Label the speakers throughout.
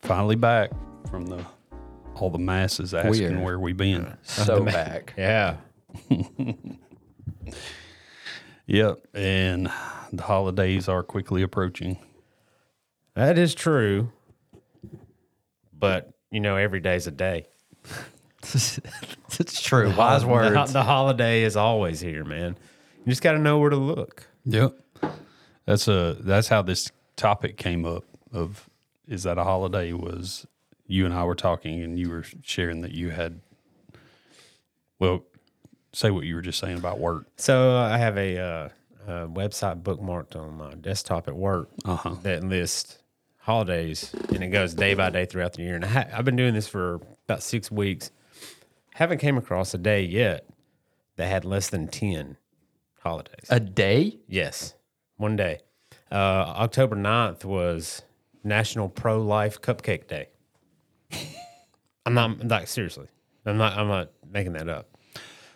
Speaker 1: finally back from the all the masses asking
Speaker 2: Weird.
Speaker 1: where we been.
Speaker 3: So back.
Speaker 2: Yeah.
Speaker 1: Yep, and the holidays are quickly approaching.
Speaker 2: That is true. But, you know, every day's a day.
Speaker 3: it's true. Wise
Speaker 2: The,
Speaker 3: words.
Speaker 2: the holiday is always here, man. You just got to know where to look.
Speaker 1: Yep, that's a that's how this topic came up. Of is that a holiday? Was you and I were talking, and you were sharing that you had. Well, say what you were just saying about work.
Speaker 2: So I have a, uh, a website bookmarked on my desktop at work that lists holidays, and it goes day by day throughout the year. And I ha- I've been doing this for about six weeks. Haven't came across a day yet that had less than ten holidays.
Speaker 3: A day?
Speaker 2: yes, one day. Uh, October 9th was National Pro Life Cupcake Day. I'm not like seriously. I'm not. I'm not making that up.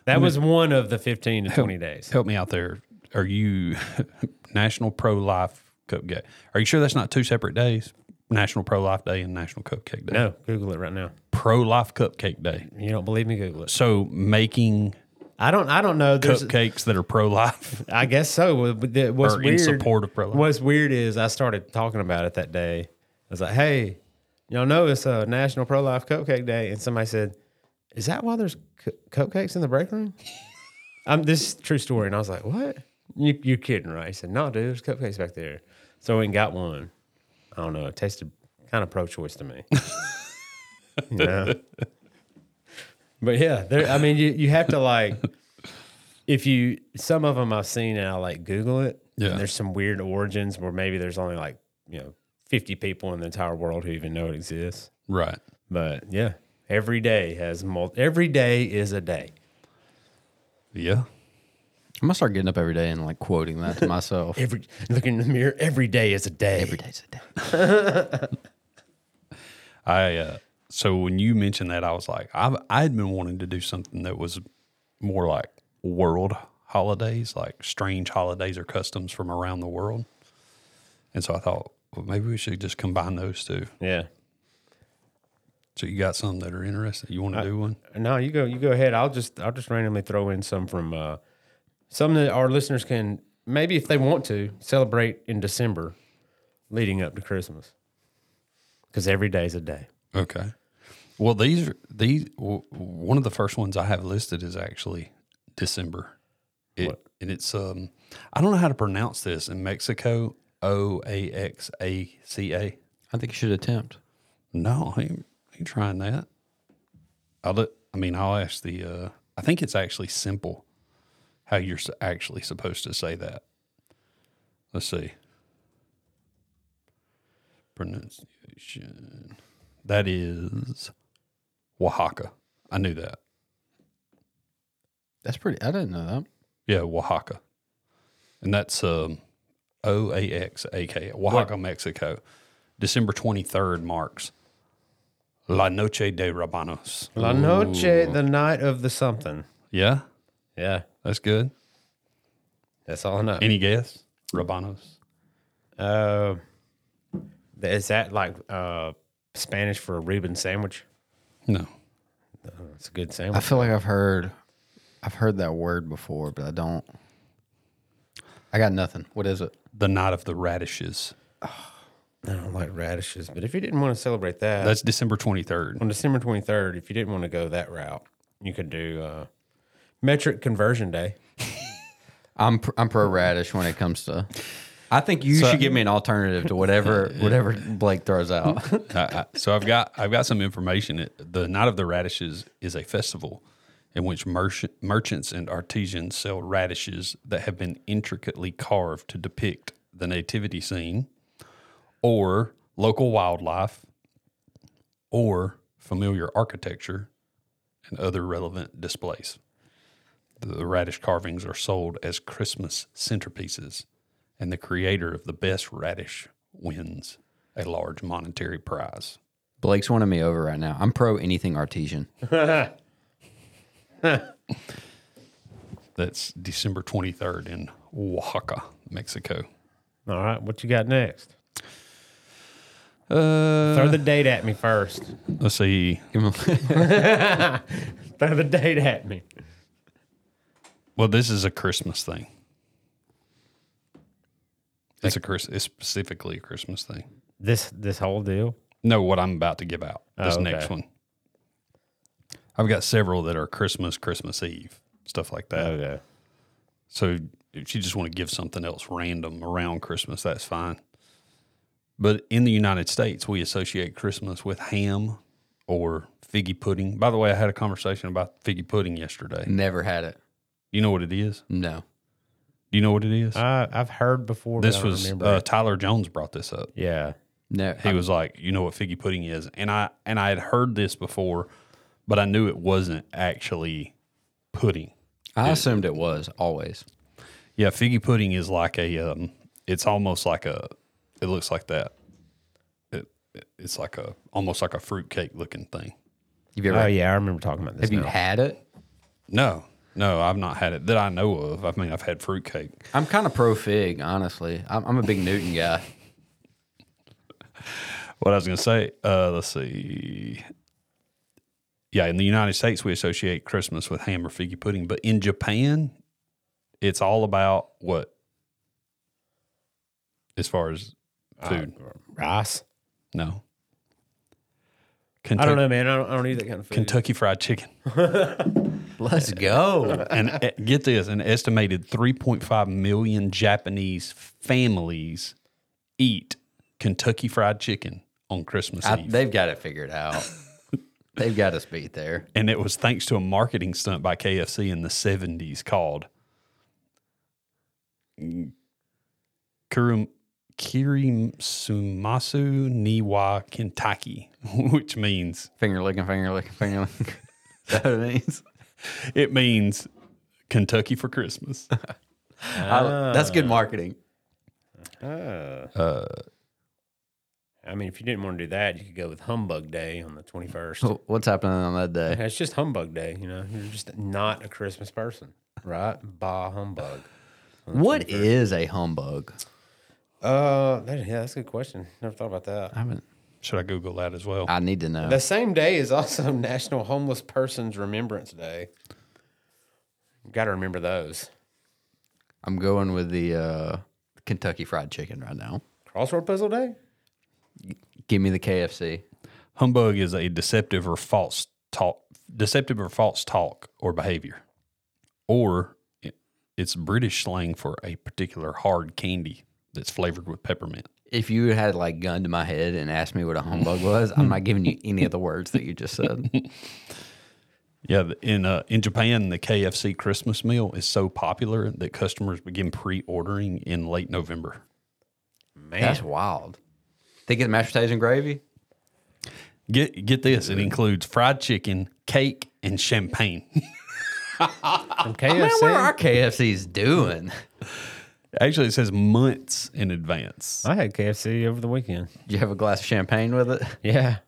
Speaker 2: That was one of the 15 to 20 days.
Speaker 1: Help me out there. Are you National Pro Life Cupcake? Are you sure that's not two separate days? National Pro Life Day and National Cupcake Day.
Speaker 2: No, Google it right now.
Speaker 1: Pro Life Cupcake Day.
Speaker 2: You don't believe me? Google it.
Speaker 1: So making
Speaker 2: I don't. I don't know. There's,
Speaker 1: cupcakes that are pro life.
Speaker 2: I guess so. But the- what's
Speaker 1: Or in
Speaker 2: weird,
Speaker 1: support of pro-life.
Speaker 2: What's weird is I started talking about it that day. I was like, "Hey, y'all know it's a National Pro Life Cupcake Day," and somebody said, "Is that why there's cu- cupcakes in the break room?" I'm this is a true story, and I was like, "What? You you kidding, right?" He said, "No, dude, there's cupcakes back there." So I went and got one. I don't know. It tasted kind of pro-choice to me. you know? But yeah, there. I mean, you you have to like. If you some of them I've seen and I like Google it, and
Speaker 1: Yeah.
Speaker 2: there's some weird origins where maybe there's only like you know 50 people in the entire world who even know it exists.
Speaker 1: Right.
Speaker 2: But yeah, every day has mul- every day is a day.
Speaker 1: Yeah.
Speaker 3: I'm gonna start getting up every day and like quoting that to myself.
Speaker 2: Every looking in the mirror, every day is a day.
Speaker 3: every day's a day.
Speaker 1: I uh, so when you mentioned that, I was like, I I had been wanting to do something that was more like world holidays, like strange holidays or customs from around the world. And so I thought, well, maybe we should just combine those two.
Speaker 2: Yeah.
Speaker 1: So you got some that are interesting. You want to do one?
Speaker 2: No, you go. You go ahead. I'll just I'll just randomly throw in some from uh, some that our listeners can maybe if they want to celebrate in December, leading up to Christmas, because every day is a day.
Speaker 1: Okay. Well, these are- these w- one of the first ones I have listed is actually December. It, And it's um I don't know how to pronounce this in Mexico O A X A C A.
Speaker 3: I think you should attempt.
Speaker 1: No, I ain't, I ain't trying that. I'll do, I mean I'll ask the uh I think it's actually simple how you're s- actually supposed to say that. Let's see. Pronunciation. That is Oaxaca. I knew that.
Speaker 3: That's pretty. I didn't know that.
Speaker 1: Yeah, Oaxaca. And that's um, O A X A K, Oaxaca, Mexico. December 23rd marks La Noche de Rabanos.
Speaker 2: La noche, the night of the something.
Speaker 1: Yeah,
Speaker 2: Yeah,
Speaker 1: that's good.
Speaker 2: that's all I know.
Speaker 1: Any guess? Rabanos.
Speaker 2: Uh, is that like uh, Spanish for a Reuben sandwich?
Speaker 1: No.
Speaker 2: It's a good
Speaker 3: I
Speaker 2: sandwich.
Speaker 3: feel like I've heard, I've heard that word before, but I don't. I got nothing. What is it?
Speaker 1: The Night of the Radishes.
Speaker 2: I don't like radishes, but if you didn't want to celebrate that,
Speaker 1: That's December 23rd.
Speaker 2: on December 23rd, if you didn't want to go that route, you could do uh, metric conversion day.
Speaker 3: I'm pr- I'm pro radish when it comes to. I think you should give me an alternative to whatever whatever Blake throws out.
Speaker 1: I- I- so I've got I've got some information. It- The Night of the Radishes is a festival in which merch- merchants and artisans sell radishes that have been intricately carved to depict the nativity scene, or local wildlife, or familiar architecture, and other relevant displays. The radish carvings are sold as Christmas centerpieces, and the creator of the best radish wins a large monetary prize.
Speaker 3: Blake's winning me over right now. I'm pro anything artesian.
Speaker 1: That's December 23rd in Oaxaca, Mexico.
Speaker 2: All right, what you got next?
Speaker 1: Uh,
Speaker 2: Throw the date at me first.
Speaker 1: let's see.
Speaker 2: Throw the date at me.
Speaker 1: Well, this is a Christmas thing. It's a Chris. It's specifically a Christmas thing.
Speaker 2: This this whole deal.
Speaker 1: No, what I'm about to give out. This
Speaker 2: Oh, okay.
Speaker 1: next one. I've got several that are Christmas, Christmas Eve, stuff like that.
Speaker 2: Okay.
Speaker 1: So if you just want to give something else random around Christmas, that's fine. But in the United States, we associate Christmas with ham or figgy pudding. By the way, I had a conversation about figgy pudding
Speaker 2: Mm.
Speaker 1: yesterday.
Speaker 3: Never had it.
Speaker 1: You know what it is?
Speaker 3: No.
Speaker 1: Do you know what it is?
Speaker 2: I I've heard before. but I
Speaker 1: this
Speaker 2: don't
Speaker 1: was
Speaker 2: remember
Speaker 1: uh,
Speaker 2: it.
Speaker 1: Tyler Jones brought this up.
Speaker 2: yeah.
Speaker 3: No.
Speaker 1: He was like, "You know what figgy pudding is?" And I and I had heard this before, but I knew it wasn't actually pudding.
Speaker 3: I assumed it was always.
Speaker 1: Yeah, figgy pudding is like a. Um, it's almost like a. It looks like that. It, it- it's like a almost like a fruitcake looking thing.
Speaker 3: You've ever
Speaker 2: Oh yeah, I remember talking about this.
Speaker 3: have you
Speaker 2: now.
Speaker 3: had it?
Speaker 1: No, no, I've not had it that I know of. I mean, I've had fruitcake.
Speaker 3: I'm kind of pro fig, honestly. I'm, I'm a big Newton guy.
Speaker 1: What I was gonna say. Uh, let's see. Yeah, in the United States, we associate Christmas with ham or figgy pudding, but in Japan, it's all about what. As far as
Speaker 2: Uh,
Speaker 1: food,
Speaker 2: rice?
Speaker 1: no.
Speaker 2: I don't know, man. I don't, I don't eat that kind of food.
Speaker 1: Kentucky Fried Chicken.
Speaker 3: Let's go.
Speaker 1: and e- get this an estimated 3.5 million japanese families eat kentucky fried chicken on christmas
Speaker 3: I,
Speaker 1: eve
Speaker 3: they've got it figured out. they've got us beat there.
Speaker 1: and it was thanks to a marketing stunt by kfc in the 70s called Kurum, kirisumasu niwa kentucky which means
Speaker 3: Finger licking, finger licking, finger licking. Is that what it means?
Speaker 1: it means kentucky for christmas
Speaker 3: I- that's good marketing.
Speaker 2: Ah. I mean, if you didn't want to do that, you could go with Humbug Day on the twenty first.
Speaker 3: Wh- What's happening on that day?
Speaker 2: It's just Humbug Day, you know. You're just not a Christmas person, right? Bah humbug.
Speaker 3: What is a humbug?
Speaker 2: Uh, that, yeah, that's a good question. Never thought about that.
Speaker 3: I haven't.
Speaker 1: should i google that as well
Speaker 3: I need to know.
Speaker 2: The same day is also National Homeless Persons Remembrance Day. Got to remember those.
Speaker 3: I'm going with the uh, Kentucky Fried Chicken right now.
Speaker 2: Crossword Puzzle Day.
Speaker 3: Give me the KFC.
Speaker 1: Humbug is a deceptive or false talk, deceptive or false talk or behavior, or it- it's British slang for a particular hard candy that's flavored with peppermint.
Speaker 3: If you had like gunned to my head and asked me what a humbug was, I'm not giving you any of the words that you just said.
Speaker 1: Yeah, the- in uh, in Japan, the KFC Christmas meal is so popular that customers begin pre-ordering in late November.
Speaker 2: Man,
Speaker 3: That's wild. They get mashed potatoes and gravy.
Speaker 1: Get get this, it includes fried chicken, cake, and champagne.
Speaker 2: from
Speaker 3: Man, what are our
Speaker 2: KFC.
Speaker 3: KFCs doing?
Speaker 1: Actually, it says months in advance.
Speaker 2: I had KFC over the weekend.
Speaker 3: You have a glass of champagne with it?
Speaker 2: Yeah,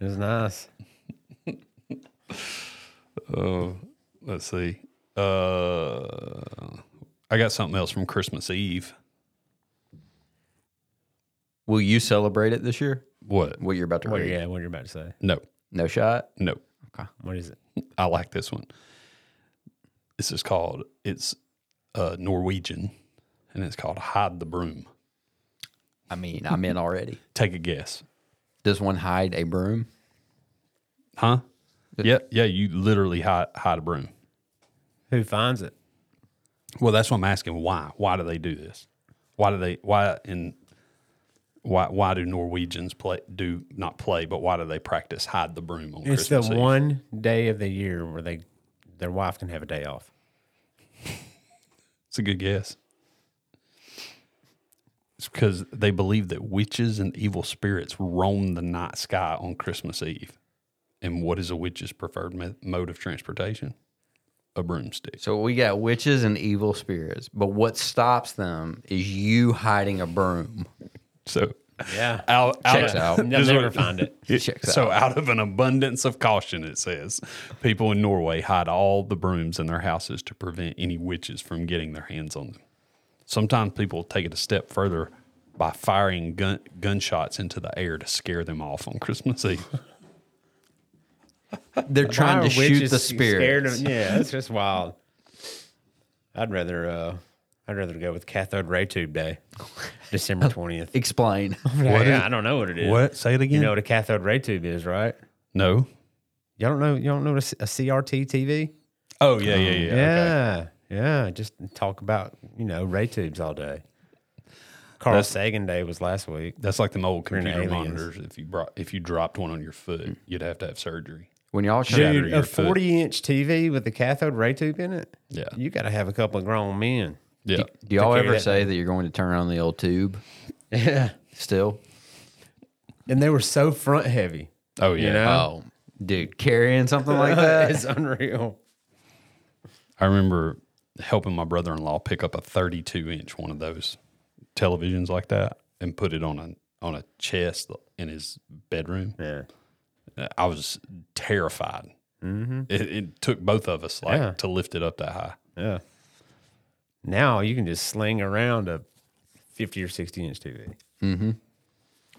Speaker 2: it was nice.
Speaker 1: Oh, let's see. Uh, I got something else from Christmas Eve.
Speaker 3: Will you celebrate it this year?
Speaker 1: What?
Speaker 3: What you're about to
Speaker 2: What?
Speaker 3: read?
Speaker 2: Yeah, what you're about to say.
Speaker 1: No,
Speaker 3: No shot.
Speaker 1: no.
Speaker 2: What is it?
Speaker 1: I like this one. This is called. It's uh, Norwegian, and it's called "Hide the Broom."
Speaker 3: I mean, I'm in already.
Speaker 1: Take a guess,
Speaker 3: Does one hide a broom?
Speaker 1: huh? Yeah, yeah. You literally hide hide a broom.
Speaker 2: Who finds it?
Speaker 1: Well, that's what I'm asking. Why? Why do they do this? Why do they? Why and why? Why do Norwegians play? Do not play, but why do they practice hide the broom on
Speaker 2: It's
Speaker 1: Christmas
Speaker 2: the
Speaker 1: Eve?
Speaker 2: one day of the year where they their wife can have a day off.
Speaker 1: It's a good guess. It's because they believe that witches and evil spirits roam the night sky on Christmas Eve. And what is a witch's preferred me- mode of transportation? A broomstick.
Speaker 3: So we got witches and evil spirits, but what stops them is you hiding a broom.
Speaker 1: So
Speaker 2: Yeah,
Speaker 1: out, out
Speaker 3: Checks out.
Speaker 2: they'll
Speaker 1: Just
Speaker 2: never
Speaker 1: what-
Speaker 2: find it.
Speaker 1: it-
Speaker 3: Checks
Speaker 1: so out of an abundance of caution, it says people in Norway hide all the brooms in their houses to prevent any witches from getting their hands on them. Sometimes people take it a step further by firing gun, gunshots into the air to scare them off on Christmas Eve.
Speaker 3: They're trying to
Speaker 2: Why are
Speaker 3: shoot
Speaker 2: witches
Speaker 3: the
Speaker 2: scared
Speaker 3: spirit.
Speaker 2: of- yeah, it's just wild. I'd rather uh, I'd rather go with cathode ray tube day, December twentieth.
Speaker 3: Explain.
Speaker 2: yeah, I don't know what it is.
Speaker 1: What? Say it again.
Speaker 2: You know what a cathode ray tube is, right?
Speaker 1: no.
Speaker 2: You don't know. You don't know what a C- a CRT TV?
Speaker 1: Oh yeah, yeah, yeah. okay.
Speaker 2: Yeah, yeah. Just talk about you know ray tubes all day. Carl
Speaker 1: That's-
Speaker 2: Sagan Day was last week.
Speaker 1: That's like them old computer
Speaker 2: aliens. Mm.
Speaker 1: monitors. If you brought, if you dropped one on your foot, you'd have to have surgery.
Speaker 3: When y'all shoot,
Speaker 1: Dude.
Speaker 2: Dude,
Speaker 1: your
Speaker 2: a
Speaker 1: foot.
Speaker 2: forty-inch TV with a cathode ray tube in it.
Speaker 1: Yeah.
Speaker 2: you got to have a couple of grown men.
Speaker 1: Yeah.
Speaker 3: do y'all
Speaker 2: to carry
Speaker 3: ever
Speaker 2: that
Speaker 3: say that you're going to turn on the old tube?
Speaker 2: Yeah,
Speaker 3: Still,
Speaker 2: and they were so front heavy.
Speaker 1: Oh yeah.
Speaker 2: You know?
Speaker 3: oh, dude, carrying something like that.
Speaker 2: it's unreal.
Speaker 1: I remember helping my brother in law pick up a 32 inch one of those televisions like that and put it on a on a chest in his bedroom.
Speaker 2: Yeah.
Speaker 1: I was terrified. Mm-hmm. It, it took both of us like
Speaker 2: Yeah.
Speaker 1: to lift it up that high.
Speaker 2: Yeah. Now you can just sling around a 50 or 60 inch TV.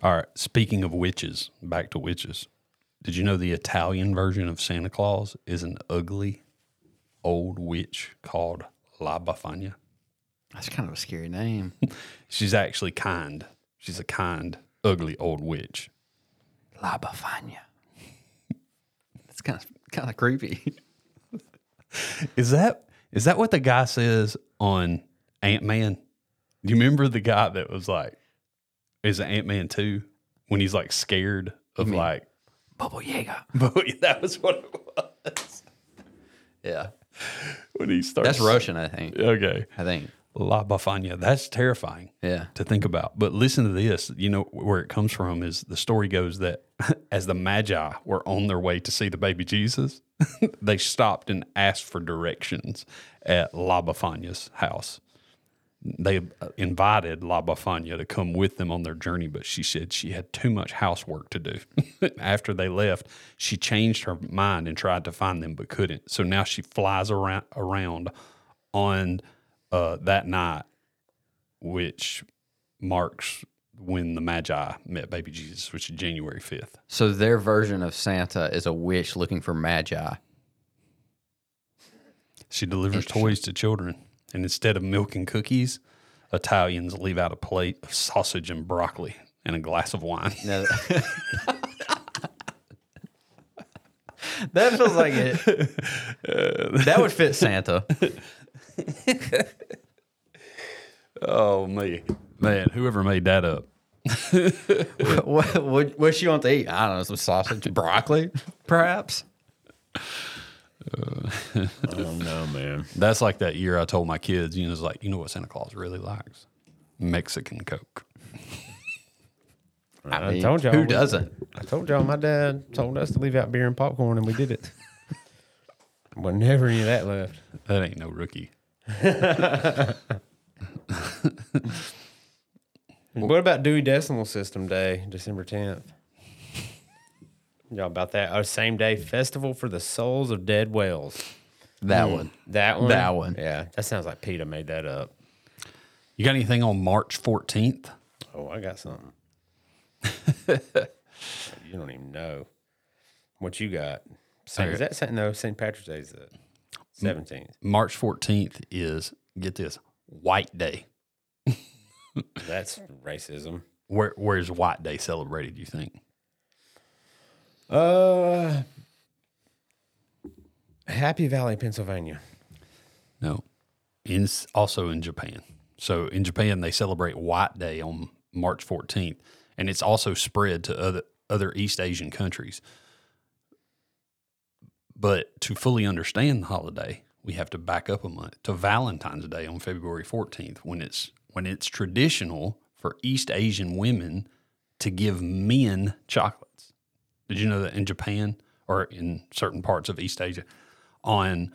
Speaker 1: All right. Speaking of witches, back to witches. Did you know the Italian version of Santa Claus is an ugly old witch called La Bafana?
Speaker 3: That's kind of a scary name.
Speaker 1: She's actually kind. She's a kind, ugly old witch.
Speaker 3: La Bafania. That's kind of kind of creepy.
Speaker 1: Is that is that what the guy says on Ant Man? Do you remember the guy that was like, "Is it Ant Man two? When he's like scared of like,
Speaker 3: Bubble Yaga.
Speaker 1: that was what it was
Speaker 3: Yeah,
Speaker 1: when he starts.
Speaker 3: that's Russian, I think.
Speaker 1: Okay,
Speaker 3: I think.
Speaker 1: La Bafania. That's terrifying.
Speaker 3: Yeah.
Speaker 1: to think about. But listen to this. You know where it comes from is the story goes that as the Magi were on their way to see the baby Jesus, they stopped and asked for directions at Labafania's house. They uh, invited Labafania to come with them on their journey, but she said she had too much housework to do. After they left, she changed her mind and tried to find them, but couldn't. So now she flies around around on uh, that night which marks when the Magi met baby Jesus, which is January 5th.
Speaker 3: So their version of Santa is a witch looking for magi.
Speaker 1: She delivers toys to children, and instead of milk and cookies, Italians leave out a plate of sausage and broccoli and a glass of wine.
Speaker 3: Now- that feels like it. That would fit Santa.
Speaker 1: Oh, me. Man, whoever made that up.
Speaker 3: what, what, what she want to eat? I don't know, some sausage, broccoli, perhaps.
Speaker 2: Oh, no, man.
Speaker 1: That's like that year I told my kids, you know, it's like, you know what Santa Claus really likes? Mexican Coke.
Speaker 3: I, mean,
Speaker 2: told y'all
Speaker 3: Who
Speaker 2: we-
Speaker 3: doesn't?
Speaker 2: I told y'all my dad told us to leave out beer and popcorn, and we did it. well, never any of that left.
Speaker 1: That ain't no rookie.
Speaker 2: What about Dewey Decimal System Day, December 10th? Y'all about that? Oh, same day festival for the souls of dead whales.
Speaker 3: That one.
Speaker 2: That one?
Speaker 3: That one.
Speaker 2: Yeah. That sounds like PETA made that up.
Speaker 1: You got anything on March 14th?
Speaker 2: Oh, I got something. you don't even know what you got. Saint, is that Saint, no St. Patrick's Day is the seventeenth.
Speaker 1: March 14th is, get this, White Day.
Speaker 2: That's racism.
Speaker 1: Where where's White Day celebrated? You think?
Speaker 2: Uh, Happy Valley, Pennsylvania.
Speaker 1: No, in also in Japan. So in Japan they celebrate White Day on March 14th, and it's also spread to other other East Asian countries. But to fully understand the holiday, we have to back up a month to Valentine's Day on February 14th, when it's when it's traditional for East Asian women to give men chocolates. Did you know that in Japan or in certain parts of East Asia, on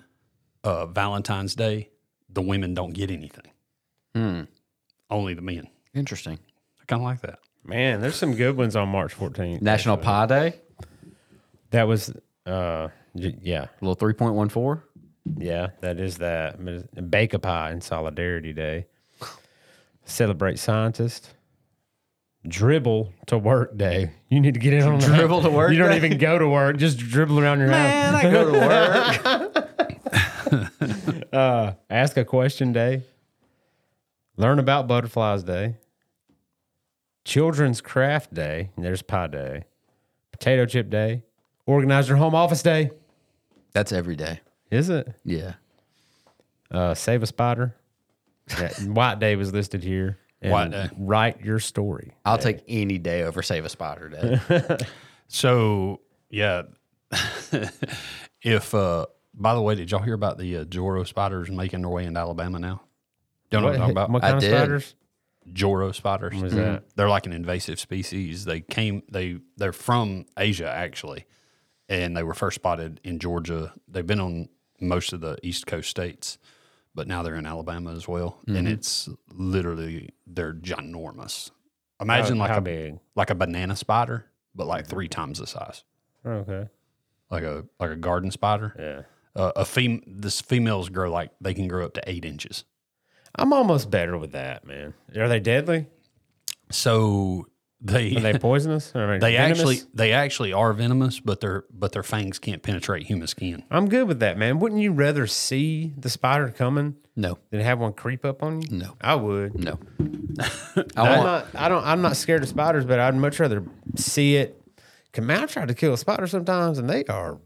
Speaker 1: uh, Valentine's Day, the women don't get anything. Hmm. Only the men.
Speaker 3: Interesting.
Speaker 1: I kind of like that.
Speaker 2: Man, there's some good ones on March fourteenth.
Speaker 3: National Pie Day,
Speaker 2: That was uh, j- yeah,
Speaker 3: little 3.14.
Speaker 2: yeah. That is that Bake a Pie and Solidarity Day. Celebrate scientists. dribble to work day. You need to get in on that.
Speaker 3: Dribble to work
Speaker 2: You don't
Speaker 3: day?
Speaker 2: even go to work. Just dribble around your house.
Speaker 3: I go to work.
Speaker 2: Uh, Ask a question day. Learn about butterflies day. Children's craft day. And there's pie day. Potato chip day. Organize your home office day.
Speaker 3: That's every day.
Speaker 2: Is it?
Speaker 3: Yeah.
Speaker 2: Uh, save a spider. Yeah, White day was listed here. And
Speaker 1: White Day.
Speaker 2: Write your story.
Speaker 3: I'll take any day over save a spider day.
Speaker 1: So yeah, if uh, by the way, did y'all hear about the uh, Joro spiders making their way into Alabama now? Don't know what I'm talking about.
Speaker 2: what
Speaker 3: I
Speaker 2: kind of
Speaker 3: did.
Speaker 2: spiders?
Speaker 1: Joro spiders.
Speaker 2: What is that?
Speaker 1: They're like an invasive species. They came. They they're from Asia actually, and they were first spotted in Georgia. They've been on most of the East Coast states, but now they're in Alabama as well.
Speaker 2: Mm-hmm.
Speaker 1: And it's literally they're ginormous. Imagine like
Speaker 2: How
Speaker 1: a
Speaker 2: big?
Speaker 1: like a banana spider, but like three times the size.
Speaker 2: Okay.
Speaker 1: Like a like a garden spider.
Speaker 2: Yeah.
Speaker 1: Uh, a fem this females grow like they can grow up to eight inches.
Speaker 2: I'm almost better with that, man. Are they deadly?
Speaker 1: So they
Speaker 2: Are they poisonous? Are
Speaker 1: They
Speaker 2: venomous?
Speaker 1: actually they actually are venomous, but their but their fangs can't penetrate human skin.
Speaker 2: I'm good with that, man. Wouldn't you rather see the spider coming
Speaker 3: No,
Speaker 2: than have one creep up on you?
Speaker 3: No.
Speaker 2: I would.
Speaker 3: no.
Speaker 2: I
Speaker 3: I
Speaker 2: am
Speaker 3: want,
Speaker 2: not. I don't. I'm not scared of spiders, but I'd much rather see it. Come out, try to kill a spider sometimes, and they are.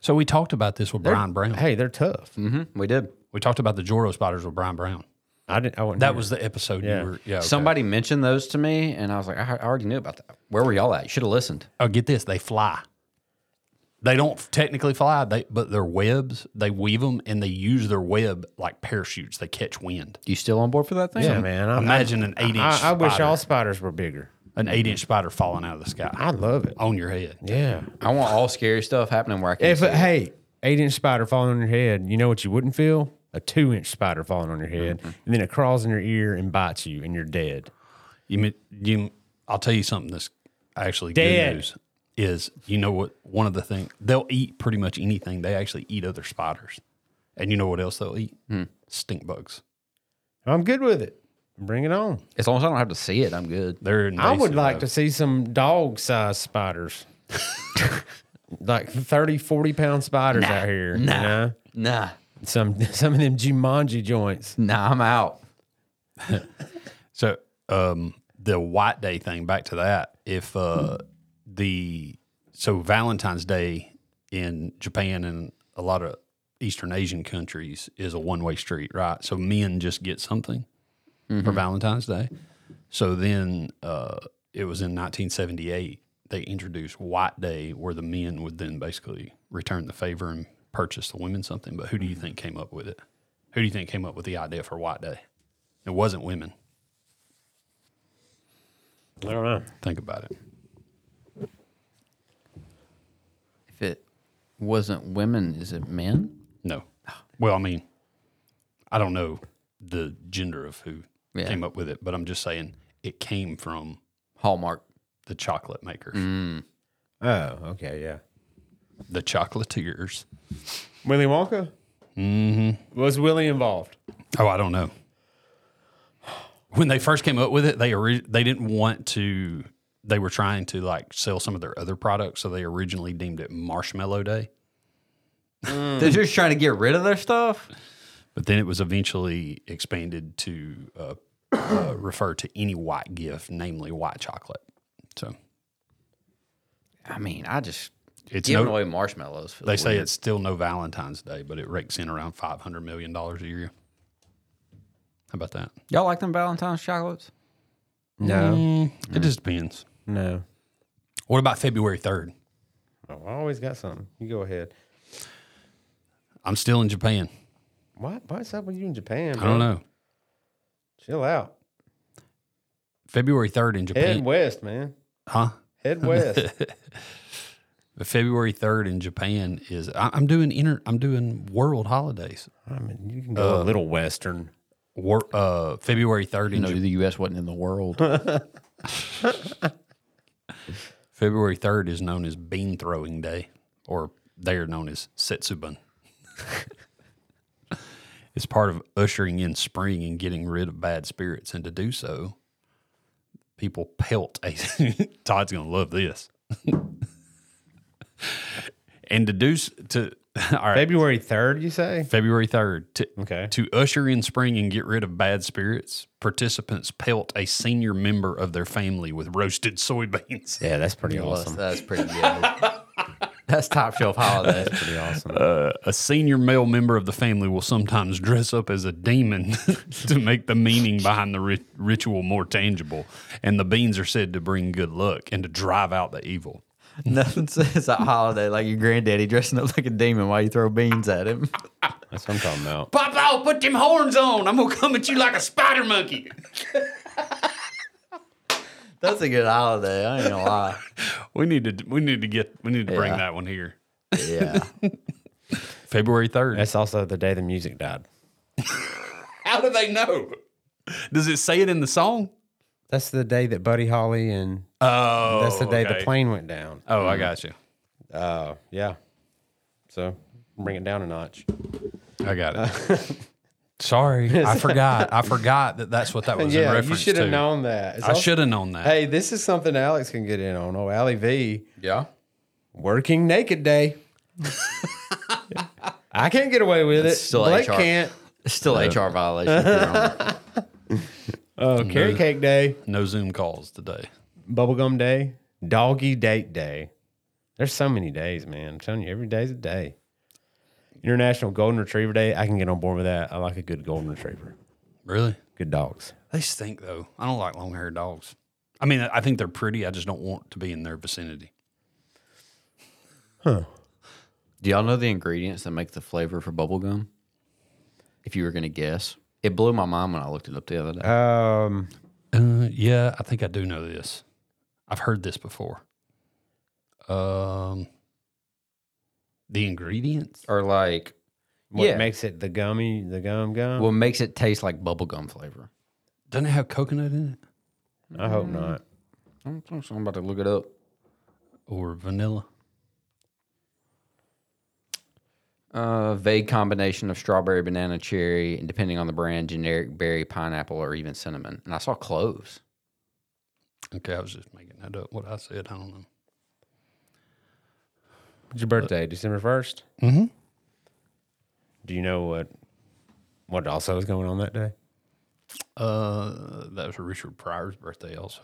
Speaker 1: So we talked about this with
Speaker 2: they're-
Speaker 1: Brian Brown.
Speaker 2: Hey, they're tough.
Speaker 1: Mm-hmm.
Speaker 3: Mhm, we did.
Speaker 1: We talked about the Joro spiders with Brian Brown.
Speaker 2: I didn't. I wouldn't.
Speaker 1: That
Speaker 2: hear
Speaker 1: was the episode
Speaker 2: Yeah.
Speaker 1: you were yeah. okay.
Speaker 3: Somebody mentioned those to me, and I was like, I, I already knew about that. Where were y'all at? You should have listened.
Speaker 1: oh get this, they fly. They don't technically fly, they but their webs, they weave them and they use their web like parachutes. They catch wind.
Speaker 3: You still on board for that
Speaker 2: it.
Speaker 3: thing?
Speaker 2: Yeah, man. I,
Speaker 1: Imagine an
Speaker 2: I,
Speaker 1: eight inch
Speaker 2: I, I wish
Speaker 1: spider-
Speaker 2: all spiders were bigger.
Speaker 1: an eight inch spider falling out of the sky
Speaker 2: I love it.
Speaker 1: on your head.
Speaker 2: Yeah.
Speaker 3: I want all scary stuff happening where I can.
Speaker 2: If
Speaker 3: see
Speaker 2: it,
Speaker 3: it.
Speaker 2: hey, eight inch spider falling on your head, you know what you wouldn't feel? A two inch spider falling on your head,
Speaker 1: Mm-hmm.
Speaker 2: and then it crawls in your ear and bites you, and you're dead.
Speaker 1: You mean you? I'll tell you something that's actually
Speaker 2: Dead.
Speaker 1: good news is you know what? One of the things they'll eat pretty much anything. They actually eat other spiders, and you know what else they'll eat?
Speaker 2: Hmm.
Speaker 1: Stink bugs.
Speaker 2: I'm good with it. Bring it on.
Speaker 3: as long as I don't have to see it, I'm good.
Speaker 1: They're
Speaker 2: I would like to see some dog sized spiders. like 30, 40 pound spiders out here. You know?
Speaker 3: Nah,
Speaker 2: Some some of them Jumanji joints.
Speaker 3: nah, I'm out.
Speaker 1: So um, the White Day thing. Back to that. If uh, the so Valentine's Day in Japan and a lot of Eastern Asian countries is a one way street, right? So men just get something for Valentine's Day. So then uh, it was in 1978 they introduced White Day, where the men would then basically return the favor and purchase the women something. But who do you think came up with it? Who do you think came up with the idea for White Day? It wasn't women.
Speaker 2: I don't know.
Speaker 1: Think about it.
Speaker 3: If it wasn't women, is it men?
Speaker 1: No. Well, I mean, I don't know the gender of who
Speaker 3: Yeah.
Speaker 1: came up with it, but I'm just saying it came from
Speaker 3: Hallmark.
Speaker 1: the chocolate makers,
Speaker 2: Oh, okay, yeah.
Speaker 1: the chocolatiers.
Speaker 2: Willy Wonka? Mm-hmm. Was Willy involved?
Speaker 1: Oh, I don't know. When they first came up with it, they ori- they didn't want to. They were trying to like sell some of their other products, so they originally deemed it Marshmallow Day.
Speaker 3: They're just trying to get rid of their stuff.
Speaker 1: But then it was eventually expanded to uh, uh, refer to any white gift, namely white chocolate. So
Speaker 3: I mean, I just
Speaker 1: It's
Speaker 3: giving
Speaker 1: no-
Speaker 3: away marshmallows.
Speaker 1: They say it's still no Valentine's Day, but it rakes in around five hundred million dollars a year. How about that?
Speaker 3: y'all like them Valentine's chocolates.
Speaker 1: Mm-hmm.
Speaker 2: No.
Speaker 1: Mm, It just depends.
Speaker 2: No.
Speaker 1: What about February third?
Speaker 2: Oh, I always got something. You go ahead.
Speaker 1: I'm still in Japan.
Speaker 2: What? What's up with you in Japan?
Speaker 1: I don't know.
Speaker 2: Chill out.
Speaker 1: February third in
Speaker 2: Head
Speaker 1: Japan,
Speaker 2: west, man.
Speaker 1: huh?
Speaker 2: Head west.
Speaker 1: But February third in Japan is. I- I'm doing inter. I'm doing world holidays.
Speaker 2: I mean, you can go a little western.
Speaker 1: Wor- uh, February third in
Speaker 3: No,
Speaker 1: Japan.
Speaker 3: the U.S. wasn't in the world.
Speaker 1: February third is known as Bean Throwing Day, or they are known as Setsubun. it's part of ushering in spring and getting rid of bad spirits, and to do so, people pelt a Todd's gonna love this. and to do s- to all right,
Speaker 2: February third, you say?
Speaker 1: February third to
Speaker 2: Okay.
Speaker 1: to usher in spring and get rid of bad spirits. Participants pelt a senior member of their family with roasted soybeans.
Speaker 2: Yeah, that's pretty
Speaker 3: Well,
Speaker 2: awesome.
Speaker 3: That's pretty good. that's top shelf holiday. That's pretty awesome.
Speaker 1: A senior male member of the family will sometimes dress up as a demon to make the meaning behind the ri- ritual more tangible. And the beans are said to bring good luck and to drive out the evil.
Speaker 3: Nothing says a holiday like your granddaddy dressing up like a demon while you throw beans at him.
Speaker 2: That's what I'm talking about.
Speaker 1: Pop out, put them horns on. I'm gonna come at you like a spider monkey.
Speaker 3: That's a good holiday. I ain't gonna lie.
Speaker 1: We need to we need to get we need to bring
Speaker 3: Yeah.
Speaker 1: that one here.
Speaker 3: Yeah.
Speaker 1: February third.
Speaker 2: That's also the day the music died.
Speaker 1: How do they know? Does it say it in the song?
Speaker 2: That's the day that Buddy Holly and
Speaker 1: Oh,
Speaker 2: that's the day
Speaker 1: okay.
Speaker 2: the plane went down.
Speaker 1: Oh, I got you.
Speaker 2: Oh, yeah. So bring it down a notch.
Speaker 1: I got it. Sorry, I forgot. I forgot that that's what that was in
Speaker 2: Yeah, you
Speaker 1: reference
Speaker 2: should have
Speaker 1: to.
Speaker 2: known that. It's
Speaker 1: I
Speaker 2: also-
Speaker 1: should have known that.
Speaker 2: Hey, this is something Alex can get in on. Oh, Allie V,
Speaker 3: Yeah.
Speaker 2: working naked day. I can't get away with it.
Speaker 3: still
Speaker 2: Blake
Speaker 3: HR.
Speaker 2: can't.
Speaker 3: Still HR violation. if you're on it.
Speaker 2: Oh, carrot cake day,
Speaker 1: No Zoom calls today.
Speaker 2: bubblegum day, doggy date day. There's so many days, man. I'm telling you, every day's a day. International Golden Retriever Day. I can get on board with that. I like a good Golden Retriever.
Speaker 1: Really?
Speaker 2: Good dogs.
Speaker 1: They stink though. I don't like long haired dogs. I mean, I think they're pretty. I just don't want to be in their vicinity.
Speaker 3: Do y'all know the ingredients that make the flavor for bubblegum? If you were gonna guess. It blew my mind when I looked it up the other day.
Speaker 2: Um,
Speaker 1: Uh, yeah, I think I do know this. I've heard this before. Um, the ingredients.
Speaker 3: Or like
Speaker 2: what
Speaker 3: Yeah.
Speaker 2: makes it the gummy, the gum gum?
Speaker 3: what makes it taste like bubblegum flavor.
Speaker 1: Doesn't it have coconut in it
Speaker 2: I hope not.
Speaker 3: I don't think so. I'm about to look it up.
Speaker 1: or vanilla?
Speaker 3: Uh, vague combination of strawberry, banana, cherry, and depending on the brand, generic berry, pineapple, or even cinnamon. And I saw cloves.
Speaker 1: Okay, I was just making that up. What I said, I don't know.
Speaker 2: It's your birthday, December first.
Speaker 1: Mm-hmm.
Speaker 2: Do you know what what also is going on that day?
Speaker 1: Uh, that was Richard Pryor's birthday, also.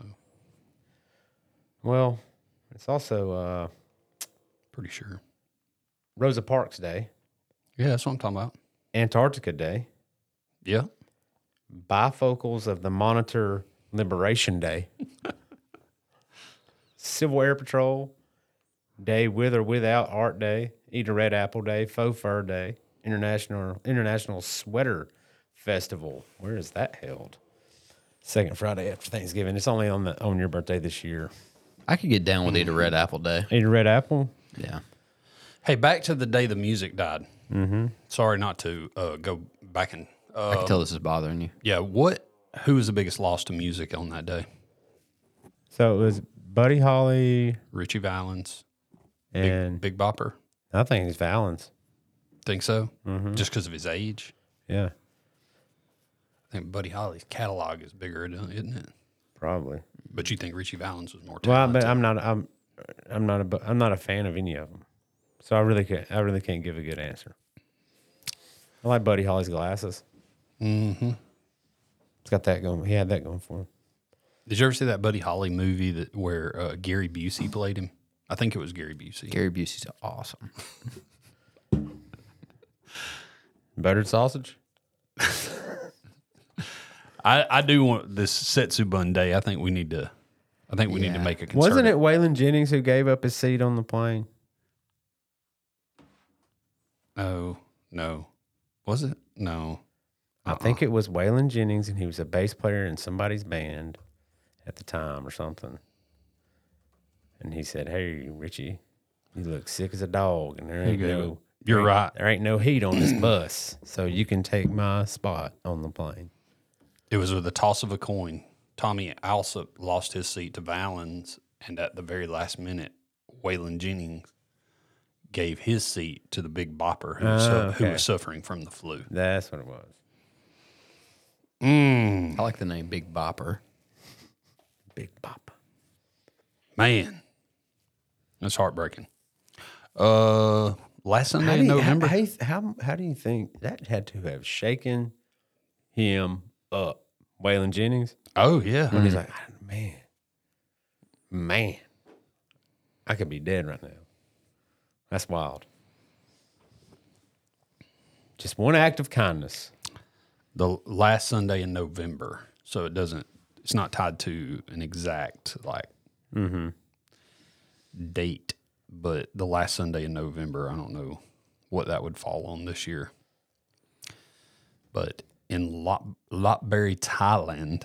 Speaker 2: Well, it's also uh,
Speaker 1: Pretty sure.
Speaker 2: Rosa Parks Day,
Speaker 1: Yeah, that's what I'm talking about.
Speaker 2: Antarctica Day,
Speaker 1: Yeah.
Speaker 2: bifocals of the Monitor Liberation Day, Civil Air Patrol Day with or without Art Day, Eat a Red Apple Day, Faux Fur Day, International International Sweater Festival. Where is that held? Second Friday after Thanksgiving. It's only on the on your birthday this year.
Speaker 3: I could get down with eat a red apple day.
Speaker 2: Eat a red apple.
Speaker 3: Yeah.
Speaker 1: Hey, back to the day the music died. Mm-hmm. Sorry not to uh, go back and uh,
Speaker 3: I can tell this is bothering you.
Speaker 1: yeah. What? Who was the biggest loss to music on that day?
Speaker 2: So it was Buddy Holly
Speaker 1: Richie Valens,
Speaker 2: and
Speaker 1: Big Bopper.
Speaker 2: I think it's Valens.
Speaker 1: Think so? Just because of his age.
Speaker 2: Yeah,
Speaker 1: I think Buddy Holly's catalog is bigger, isn't it?
Speaker 2: probably.
Speaker 1: But you think Richie Valens was more
Speaker 2: Well, I-
Speaker 1: talented?
Speaker 2: but I'm not. I'm. I'm not a. bu- I'm not a fan of any of them. So I really can't. I really can't give a good answer. I like Buddy Holly's glasses. Mm-hmm. It's got that going. He had that going for him.
Speaker 1: Did you ever see that Buddy Holly movie that where uh, Gary Busey played him? I think it was Gary Busey.
Speaker 3: Gary Busey's awesome.
Speaker 2: Buttered sausage.
Speaker 1: I, I do want this Setsubun Day. I think we need to. I think we need to
Speaker 3: Yeah.
Speaker 1: make a concert.
Speaker 2: Wasn't it Waylon Jennings who gave up his seat on the plane?
Speaker 1: No, Oh, no. Was it? No.
Speaker 2: I
Speaker 1: Uh-uh.
Speaker 2: think it was Waylon Jennings, and he was a bass player in somebody's band at the time or something. And he said, "Hey, Richie, you look sick as a dog, and there ain't
Speaker 1: gave
Speaker 2: no,
Speaker 1: up. You're right.
Speaker 2: there ain't no heat on this bus, so you can take my spot on the plane."
Speaker 1: It was with a toss of a coin. Tommy Alsop lost his seat to Valens, and at the very last minute, Waylon Jennings gave his seat to the big bopper who, was, su- who was suffering from the flu.
Speaker 2: That's what it was.
Speaker 1: Mm.
Speaker 2: Mm.
Speaker 3: I like the name Big Bopper.
Speaker 2: Big
Speaker 1: Man, that's heartbreaking. Uh, last Sunday
Speaker 2: How do,
Speaker 1: in
Speaker 2: you, how-
Speaker 1: November.
Speaker 2: How, you th- how, how do you think that had to have shaken him up, Waylon Jennings?
Speaker 1: oh yeah,
Speaker 2: He's like, "Ah, man, man, I could be dead right now. That's wild. Just one act of kindness.
Speaker 1: the last Sunday in November. So it doesn't. It's not tied to an exact like date, but the last Sunday in November. I don't know what that would fall on this year. But in Lot Lopburi, Thailand,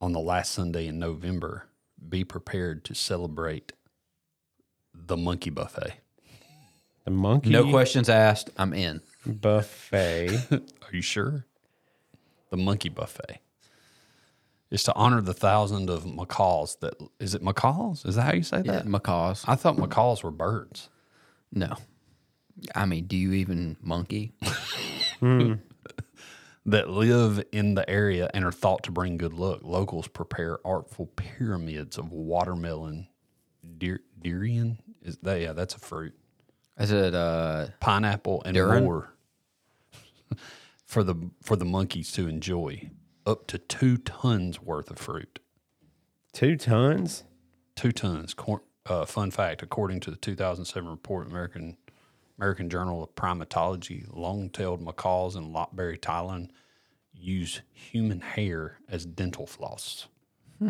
Speaker 1: on the last Sunday in November, be prepared to celebrate the monkey buffet.
Speaker 2: The monkey
Speaker 3: No questions asked. I'm in.
Speaker 2: buffet.
Speaker 1: Are you sure? The monkey buffet is to honor the thousand of macaws that is it macaws? Is that how you say
Speaker 3: Yeah,
Speaker 1: that?
Speaker 3: macaws.
Speaker 1: I thought macaws were birds.
Speaker 3: No. I mean, do you even monkey?
Speaker 1: that live in the area and are thought to bring good luck. Locals prepare artful pyramids of watermelon, deer, durian. Is that yeah? That's a fruit.
Speaker 3: Is it uh
Speaker 1: Pineapple and
Speaker 3: Durin?
Speaker 1: more for the for the monkeys to enjoy. Up to two tons worth of fruit.
Speaker 2: Two tons?
Speaker 1: Two tons. Cor- uh, fun fact: according to the 2007 report, American American Journal of Primatology, long-tailed macaws in Lopburi, Thailand, use human hair as dental floss.
Speaker 2: It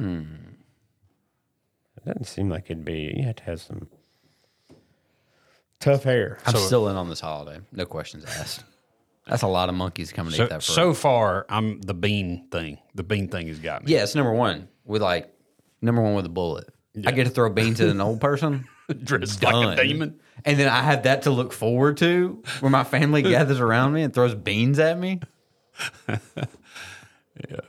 Speaker 2: doesn't seem like it'd be. You have to have some tough hair.
Speaker 3: I'm still in on this holiday. No questions asked. That's a lot of monkeys coming to eat
Speaker 1: So,
Speaker 3: that for
Speaker 1: so far, I'm the bean thing. The bean thing has got me.
Speaker 3: Yeah, it's number one with like number one with a bullet. I get to throw beans at an old person.
Speaker 1: dressed
Speaker 3: Done.
Speaker 1: like a demon.
Speaker 3: And then I have that to look forward to where my family gathers around me and throws beans at me.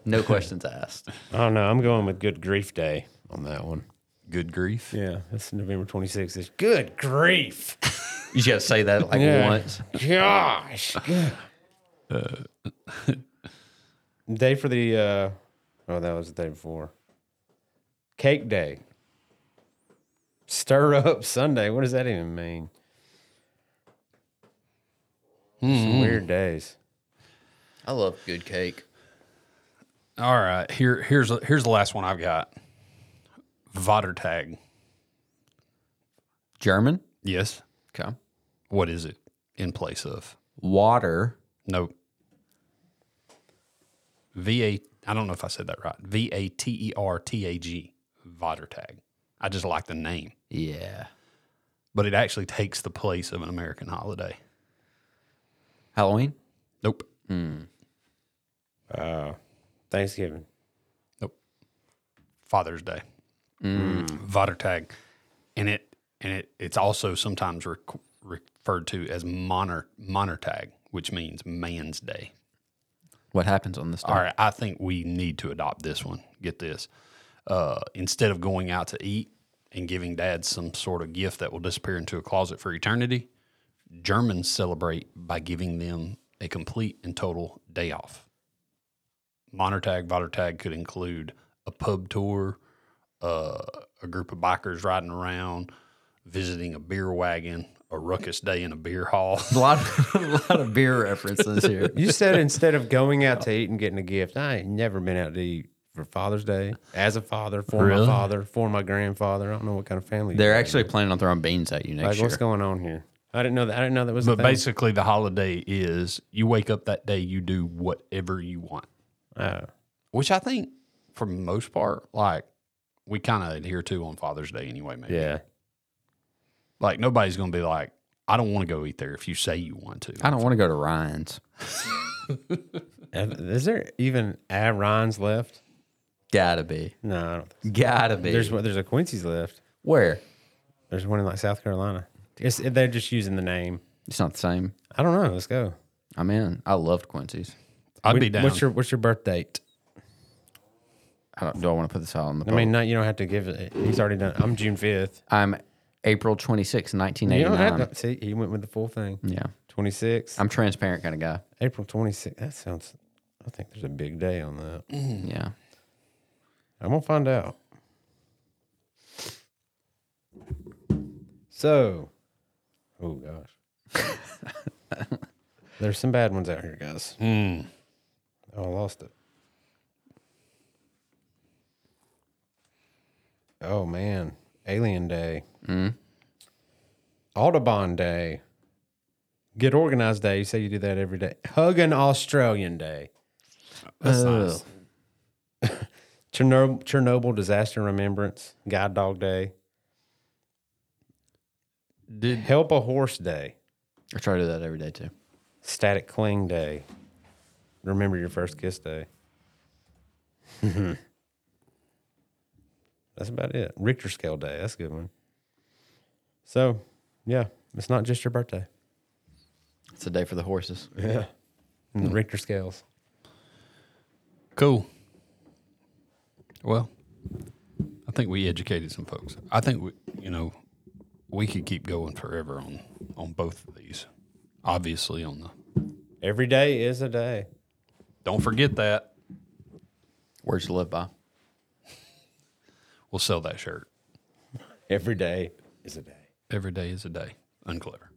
Speaker 3: No questions asked.
Speaker 2: I don't know. I'm going with Good Grief Day on that one.
Speaker 1: Good grief.
Speaker 2: Yeah, that's November 26th. It's Good Grief.
Speaker 3: You just gotta say that like
Speaker 2: Yeah.
Speaker 3: once. Uh,
Speaker 2: Gosh. day for the uh oh that was the day before. Cake day. Stir up Sunday. What does that even mean?
Speaker 3: Hmm.
Speaker 2: Some weird days.
Speaker 3: I love good cake.
Speaker 1: All right. Here, here's here's the last one I've got. Vatertag.
Speaker 3: German.
Speaker 1: Yes.
Speaker 3: Okay.
Speaker 1: What is it in place of?
Speaker 3: Water.
Speaker 1: Nope. V A. I don't know if I said that right. V A T E R T A G. Vatertag. I just like the name,
Speaker 3: Yeah.
Speaker 1: but it actually takes the place of an American holiday.
Speaker 3: Halloween.
Speaker 1: Nope.
Speaker 2: Thanksgiving.
Speaker 1: Nope. Father's Day. Vatertag. And it and it it's also sometimes re- referred to as moner monertag, which means man's day.
Speaker 3: What happens on this day?
Speaker 1: All right, I think we need to adopt this one. Get this. Uh, instead of going out to eat and giving dad some sort of gift that will disappear into a closet for eternity, Germans celebrate by giving them a complete and total day off. Monertag, Vatertag could include a pub tour, uh, a group of bikers riding around, visiting a beer wagon, a ruckus day in a beer hall.
Speaker 3: A lot, of, a lot of beer references here.
Speaker 2: You said instead of going out to eat and getting a gift, I ain't never been out to eat for Father's Day as a father, for my
Speaker 1: Really?
Speaker 2: father, for my grandfather. I don't know what kind of family you
Speaker 3: They're actually planning on throwing beans at you next
Speaker 2: Like,
Speaker 3: year.
Speaker 2: what's going on here? I didn't know that. I didn't know that was. a
Speaker 1: But
Speaker 2: thing.
Speaker 1: basically, the holiday is you wake up that day, you do whatever you want,
Speaker 2: Oh.
Speaker 1: which I think for the most part, like we kind of adhere to on Father's Day anyway, maybe.
Speaker 2: yeah.
Speaker 1: Like nobody's going to be like, I don't want to go eat there if you say you want to.
Speaker 3: I don't want to go to Ryan's.
Speaker 2: Have- Is there even Ryan's left?
Speaker 3: Gotta be.
Speaker 2: No, I don't think so.
Speaker 3: Gotta be.
Speaker 2: there's one- there's a Quincy's left.
Speaker 3: Where?
Speaker 2: There's one in like South Carolina. It's, they're just using the name.
Speaker 3: It's not the same.
Speaker 2: I don't know. Let's go.
Speaker 3: I'm in. I loved Quincy's.
Speaker 1: I'd
Speaker 2: What-
Speaker 1: be down.
Speaker 2: What's your What's your birth date?
Speaker 3: I don't, do I want to put this out on the
Speaker 2: I mean, not you don't have to give it. He's already done. I'm June fifth.
Speaker 3: I'm April 26,
Speaker 2: You don't have
Speaker 3: 1989.
Speaker 2: to. See, he went with the full thing.
Speaker 1: Mm.
Speaker 3: Yeah.
Speaker 2: Twenty six.
Speaker 3: I'm transparent kind of guy.
Speaker 2: April twenty sixth. That sounds. I think there's a big day on that.
Speaker 3: Yeah.
Speaker 2: I'm gonna find out. So, oh gosh, there's some bad ones out here, guys.
Speaker 1: Mm.
Speaker 2: Oh, I lost it. Oh man, Alien Day,
Speaker 3: Mm.
Speaker 2: Audubon Day, Get Organized Day. You say you do that every day. Hug an Australian Day.
Speaker 1: That's
Speaker 3: Oh.
Speaker 1: nice.
Speaker 2: Chernobyl, Chernobyl Disaster Remembrance, Guide Dog Day,
Speaker 1: Did
Speaker 2: Help a Horse Day,
Speaker 3: I try to do that every day too.
Speaker 2: Static Cling Day, Remember Your First Kiss Day. that's about it. Richter Scale Day, that's a good one. So, yeah, it's not just your birthday.
Speaker 3: It's a day for the horses.
Speaker 2: Yeah. And the Richter scales.
Speaker 1: cool. Well, I think we educated some folks. I think we, you know, we could keep going forever on on both of these. Obviously, on the
Speaker 2: Every day is a day.
Speaker 1: don't forget that
Speaker 3: Words to live by.
Speaker 1: we'll sell that shirt.
Speaker 2: Every day is a day.
Speaker 1: Every day is a day. Unclever.